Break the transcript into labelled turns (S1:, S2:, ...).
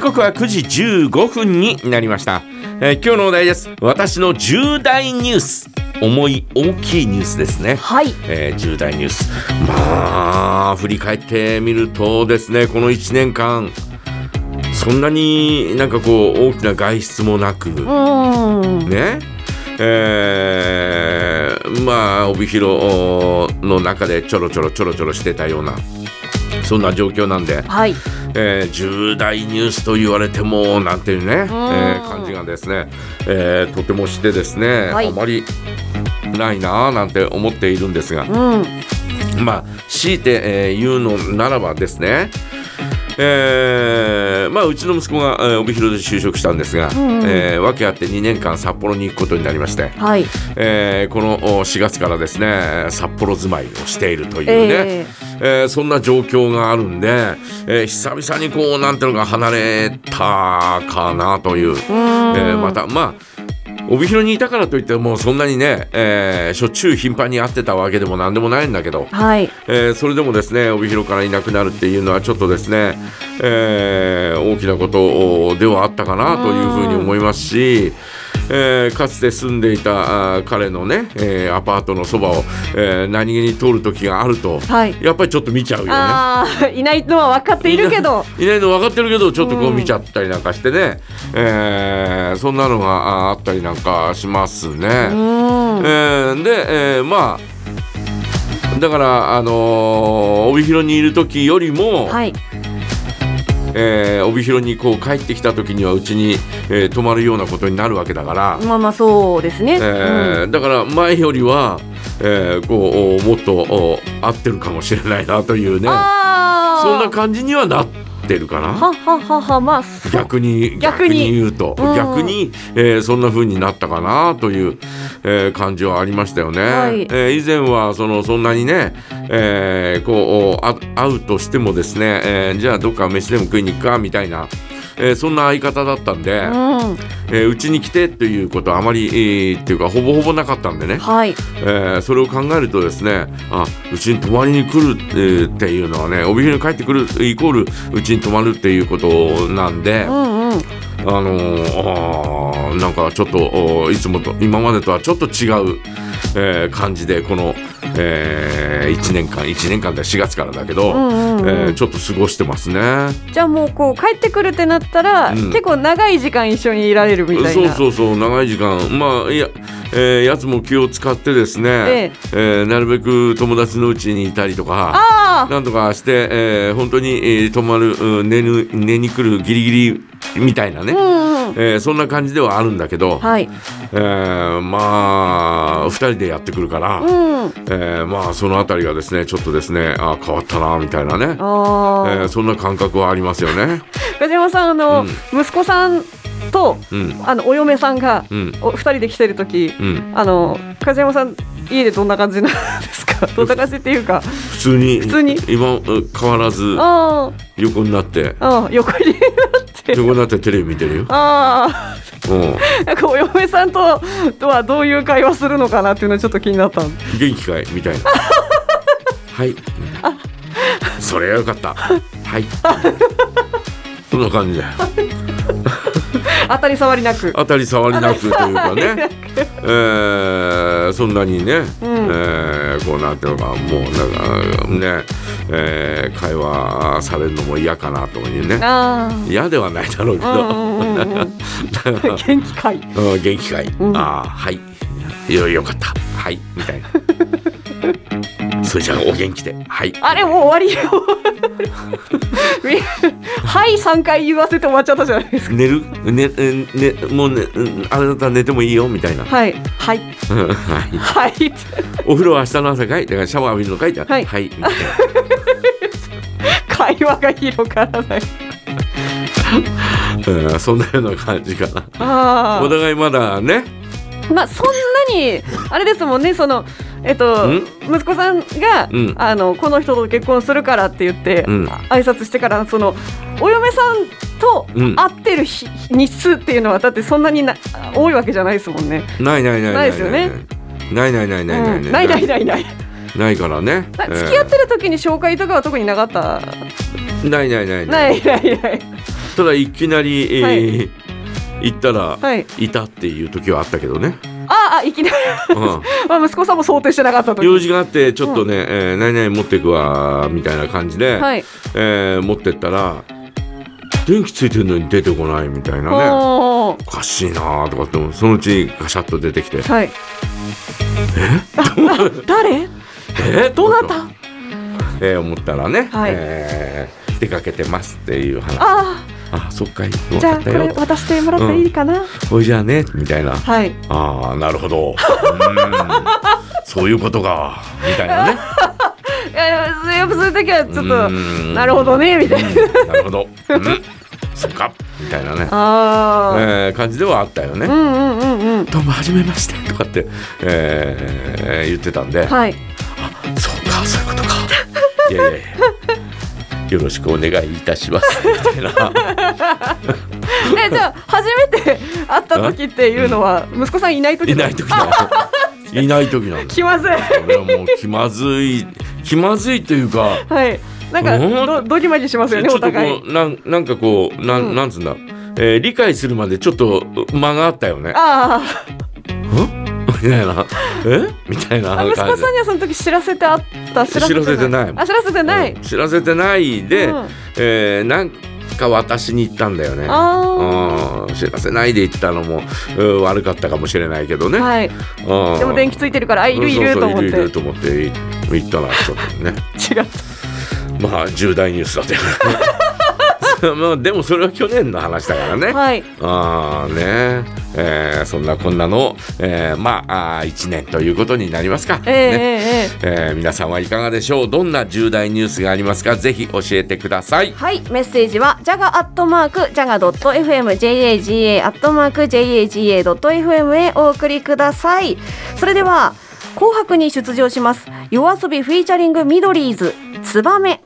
S1: 刻は9時15分になりました、えー、今日のお題です私の重大ニュース重い大きいニュースですね、
S2: はい
S1: えー、重大ニュースまあ振り返ってみるとですねこの1年間そんなになんかこう大きな外出もなくねえー、まあ帯広の中でちょろちょろちょろちょろしてたようなそんな状況なんで、
S2: はい
S1: えー、重大ニュースと言われてもなんていうね、えー、感じがですね、えー、とてもしてですね、はい、あまりないなーなんて思っているんですが、、
S2: うん
S1: まあ強いて、えー、言うのならばですねえー、まあうちの息子が、えー、帯広で就職したんですが、うんうん、えー、訳あって2年間札幌に行くことになりまして、
S2: はい、
S1: えー、この4月からですね札幌住まいをしているというね、えー、えー、そんな状況があるんで、えー、久々にこうなんていうのか離れたかなという、うえー、またまあ帯広にいたからといってもうそんなにね、えー、しょっちゅう頻繁に会ってたわけでも何でもないんだけど、
S2: はい
S1: えー、それでもですね帯広からいなくなるっていうのはちょっとですね、えー、大きなことではあったかなというふうに思いますし。えー、かつて住んでいた彼のね、えー、アパートのそばを、えー、何気に通る時があると、
S2: はい、
S1: やっぱりちょっと見ちゃう
S2: よ ねいないのは分かっているけど
S1: いないの分かってるけどちょっとこう見ちゃったりなんかしてね、うん、えー、そんなのがあったりなんかしますね。うん、えー、で、えー、まあだからあのー、帯広にいる時よりも、
S2: はい
S1: えー、帯広にこう帰ってきた時にはうちに、えー、泊まるようなことになるわけだから
S2: まあまあそうですね、
S1: えー、うん、だから前よりは、えー、こうもっと合ってるかもしれないなというねそんな感じにはなってるかな。
S2: ははははまあ、
S1: 逆に逆に言うと、うん、逆に、えー、そんな風になったかなという、えー、感じはありましたよね。はい、えー、以前はそのそんなにね、えー、こうあ会うとしてもですね、えー、じゃあどっか飯でも食いに行くかみたいな。えー、そんな相方だったんで、うん、えー、うちに来てということはあまり、えー、っていうかほぼほぼなかったんでね、
S2: はい
S1: えー、それを考えるとですねあうちに泊まりに来る、えー、っていうのはね帯広に帰ってくるイコールうちに泊まるっていうことなんで。
S2: うんうん
S1: あのー、あなんかちょっといつもと今までとはちょっと違う、えー、感じでこの、えー、1年間1年間で4月からだけど、
S2: うんうん、え
S1: ー、ちょっと過ごしてますね
S2: じゃあもうこう帰ってくるってなったら、うん、結構長い時間一緒にいられるみたいな
S1: そうそうそう長い時間まあいや、えー、やつも気を使ってですね、えー、えー、なるべく友達のうちにいたりとかなんとかして、えー、本当に、えー、泊まる寝る寝に来るギリギリみたいなね、
S2: うんうん、
S1: えー、そんな感じではあるんだけど、
S2: はい、
S1: えー、まあ2人でやってくるから、
S2: うん、
S1: えー、まあ、その辺りがですねちょっとですねあ変わったなみたいなね、え
S2: ー、
S1: そんな感覚はありますよね。
S2: 梶山さんあの、うん、息子さんと、
S1: うん、
S2: あのお嫁さんが、
S1: うん、
S2: お二人で来てる時、
S1: うん、
S2: あの梶山さん家でどんな感じなんですか どんな感じっていうか
S1: 普通に
S2: 普通に
S1: 今変わらず横になって
S2: あ横になって
S1: 横になってテレビ見てるよ
S2: ああ
S1: うん、
S2: なんかお嫁さんととはどういう会話するのかなっていうのはちょっと気になった
S1: 元気かいみたい なはいそれはよかった はいそんな感じだよ
S2: 当たり障りなく
S1: 当たり障りなくというかね、えー、そんなにね、
S2: うん、
S1: えー、こうなんていうのかもうなんかね、えー、会話されるのも嫌かなというね嫌ではないだろうけど、
S2: うんうんうんうん、 元気かい、
S1: うん、元気かい、うん、ああはいよよかったはいみたいな。 それじゃお元気で。はい。
S2: あれもう終わりよ。 はい三回言わせて終わっちゃったじゃないですか。
S1: 寝るねねもうねあなた寝てもいいよみたいな。
S2: はいはい
S1: はい。お風呂は明日の朝かいだからシャワー浴びるのかいじゃ
S2: はい
S1: はい。
S2: 会話が広がらない。
S1: うん、そんなような感じか
S2: な。
S1: お互いまだね。
S2: まあそんなにあれですもんねその。えっと、息子さんが、
S1: うん、
S2: あのこの人と結婚するからって言って、
S1: うん、
S2: 挨拶してからそのお嫁さんと会ってる日,、日数っていうのはだってそんなにな多いわけじゃないですもんね。
S1: ないないない
S2: ないですよね。
S1: ないないないないない、うん、
S2: ないないないない。
S1: ないからね。
S2: 付き合ってる時に紹介とかは特になかった。
S1: ないないないない
S2: ないないない。
S1: ただいきなり、えー行ったら、
S2: はいい、
S1: たっていう時はあったけどね、
S2: ああ、いきなり。
S1: うん、
S2: まあ、息子さんも想定してなかったと。
S1: 用事があってちょっとね、えー何々持ってくわみたいな感じで、
S2: はい。
S1: えー持ってったら電気ついてるのに出てこないみたいなね
S2: おー
S1: おかしいなーとかって思うそのうちガシャッと出てきて
S2: はい。え 誰
S1: えー、
S2: どなた
S1: えー思ったらね、
S2: はい
S1: えー出かけてますっていう話あ
S2: あ
S1: そっかい
S2: あ、
S1: 分
S2: じ
S1: か
S2: ゃあ
S1: っ
S2: こ
S1: た
S2: れ
S1: よ
S2: 渡してもらっていいかな、
S1: ほいじゃあねみたいな
S2: はい。
S1: ああなるほ どうーんそういうことかみたいなね
S2: いや、やっぱそういう時は ちょっと、
S1: うーん
S2: なるほどね、みたいな。
S1: うんなるほど、うん、そっかみたいなね、え
S2: ああ、
S1: ー感じではあったよね、
S2: うんうんうんうん。
S1: どうもはじめましてとかって、えー言ってたんで、
S2: はい。
S1: そうかそういうことかいやいやいやよろしくお願いいたしますみたいな
S2: え、じゃあ、初めて会った時っていうのは、息子さんいない時
S1: いない時だいない時なんだ
S2: 気まずい。
S1: これはもう気まず い気まずいというか
S2: はい。なん
S1: うん
S2: か、ど、どぎまぎしますよね、
S1: ちょ
S2: お
S1: っと
S2: 互
S1: こ
S2: い。
S1: うなんなんかこうなん,、
S2: うん
S1: なんつうんだ、えー理解するまでちょっと間があったよね
S2: あ
S1: ん みたいなえみたいな
S2: あ、
S1: 感
S2: 息
S1: じ
S2: 子
S1: で
S2: さんにはその時知らせてあった。
S1: 知らせてない
S2: あ、知らせてない。
S1: うん知らせてないで、
S2: うん
S1: えーなんか私に言ったんだよね
S2: あ
S1: うん知らせないで言ったのもうん悪かったかもしれないけどね、
S2: あ。はい。
S1: うん
S2: でも電気ついてるから、あ、いるいる
S1: そう
S2: と
S1: そう
S2: 思っ
S1: い
S2: て。
S1: るいる
S2: 違
S1: と思ってい言ったらちょっとね
S2: った。
S1: まあ重大ニュースだったよね まあでもそれは去年の話だからね、
S2: はい。
S1: ああねえーそんなこんなの、えーまああ1年ということになりますか、
S2: ええ
S1: ね
S2: えええ
S1: えー皆さんはいかがでしょうどんな重大ニュースがありますかぜひ教えてください
S2: えはい、メッセージは、ジャガアットマーク、ジャガドット FM、JAGA アットマーク、JAGA ドット FM へお送りください。それでは、紅白に出場します。夜遊びフィーチャリングミドリーズ、ツバメ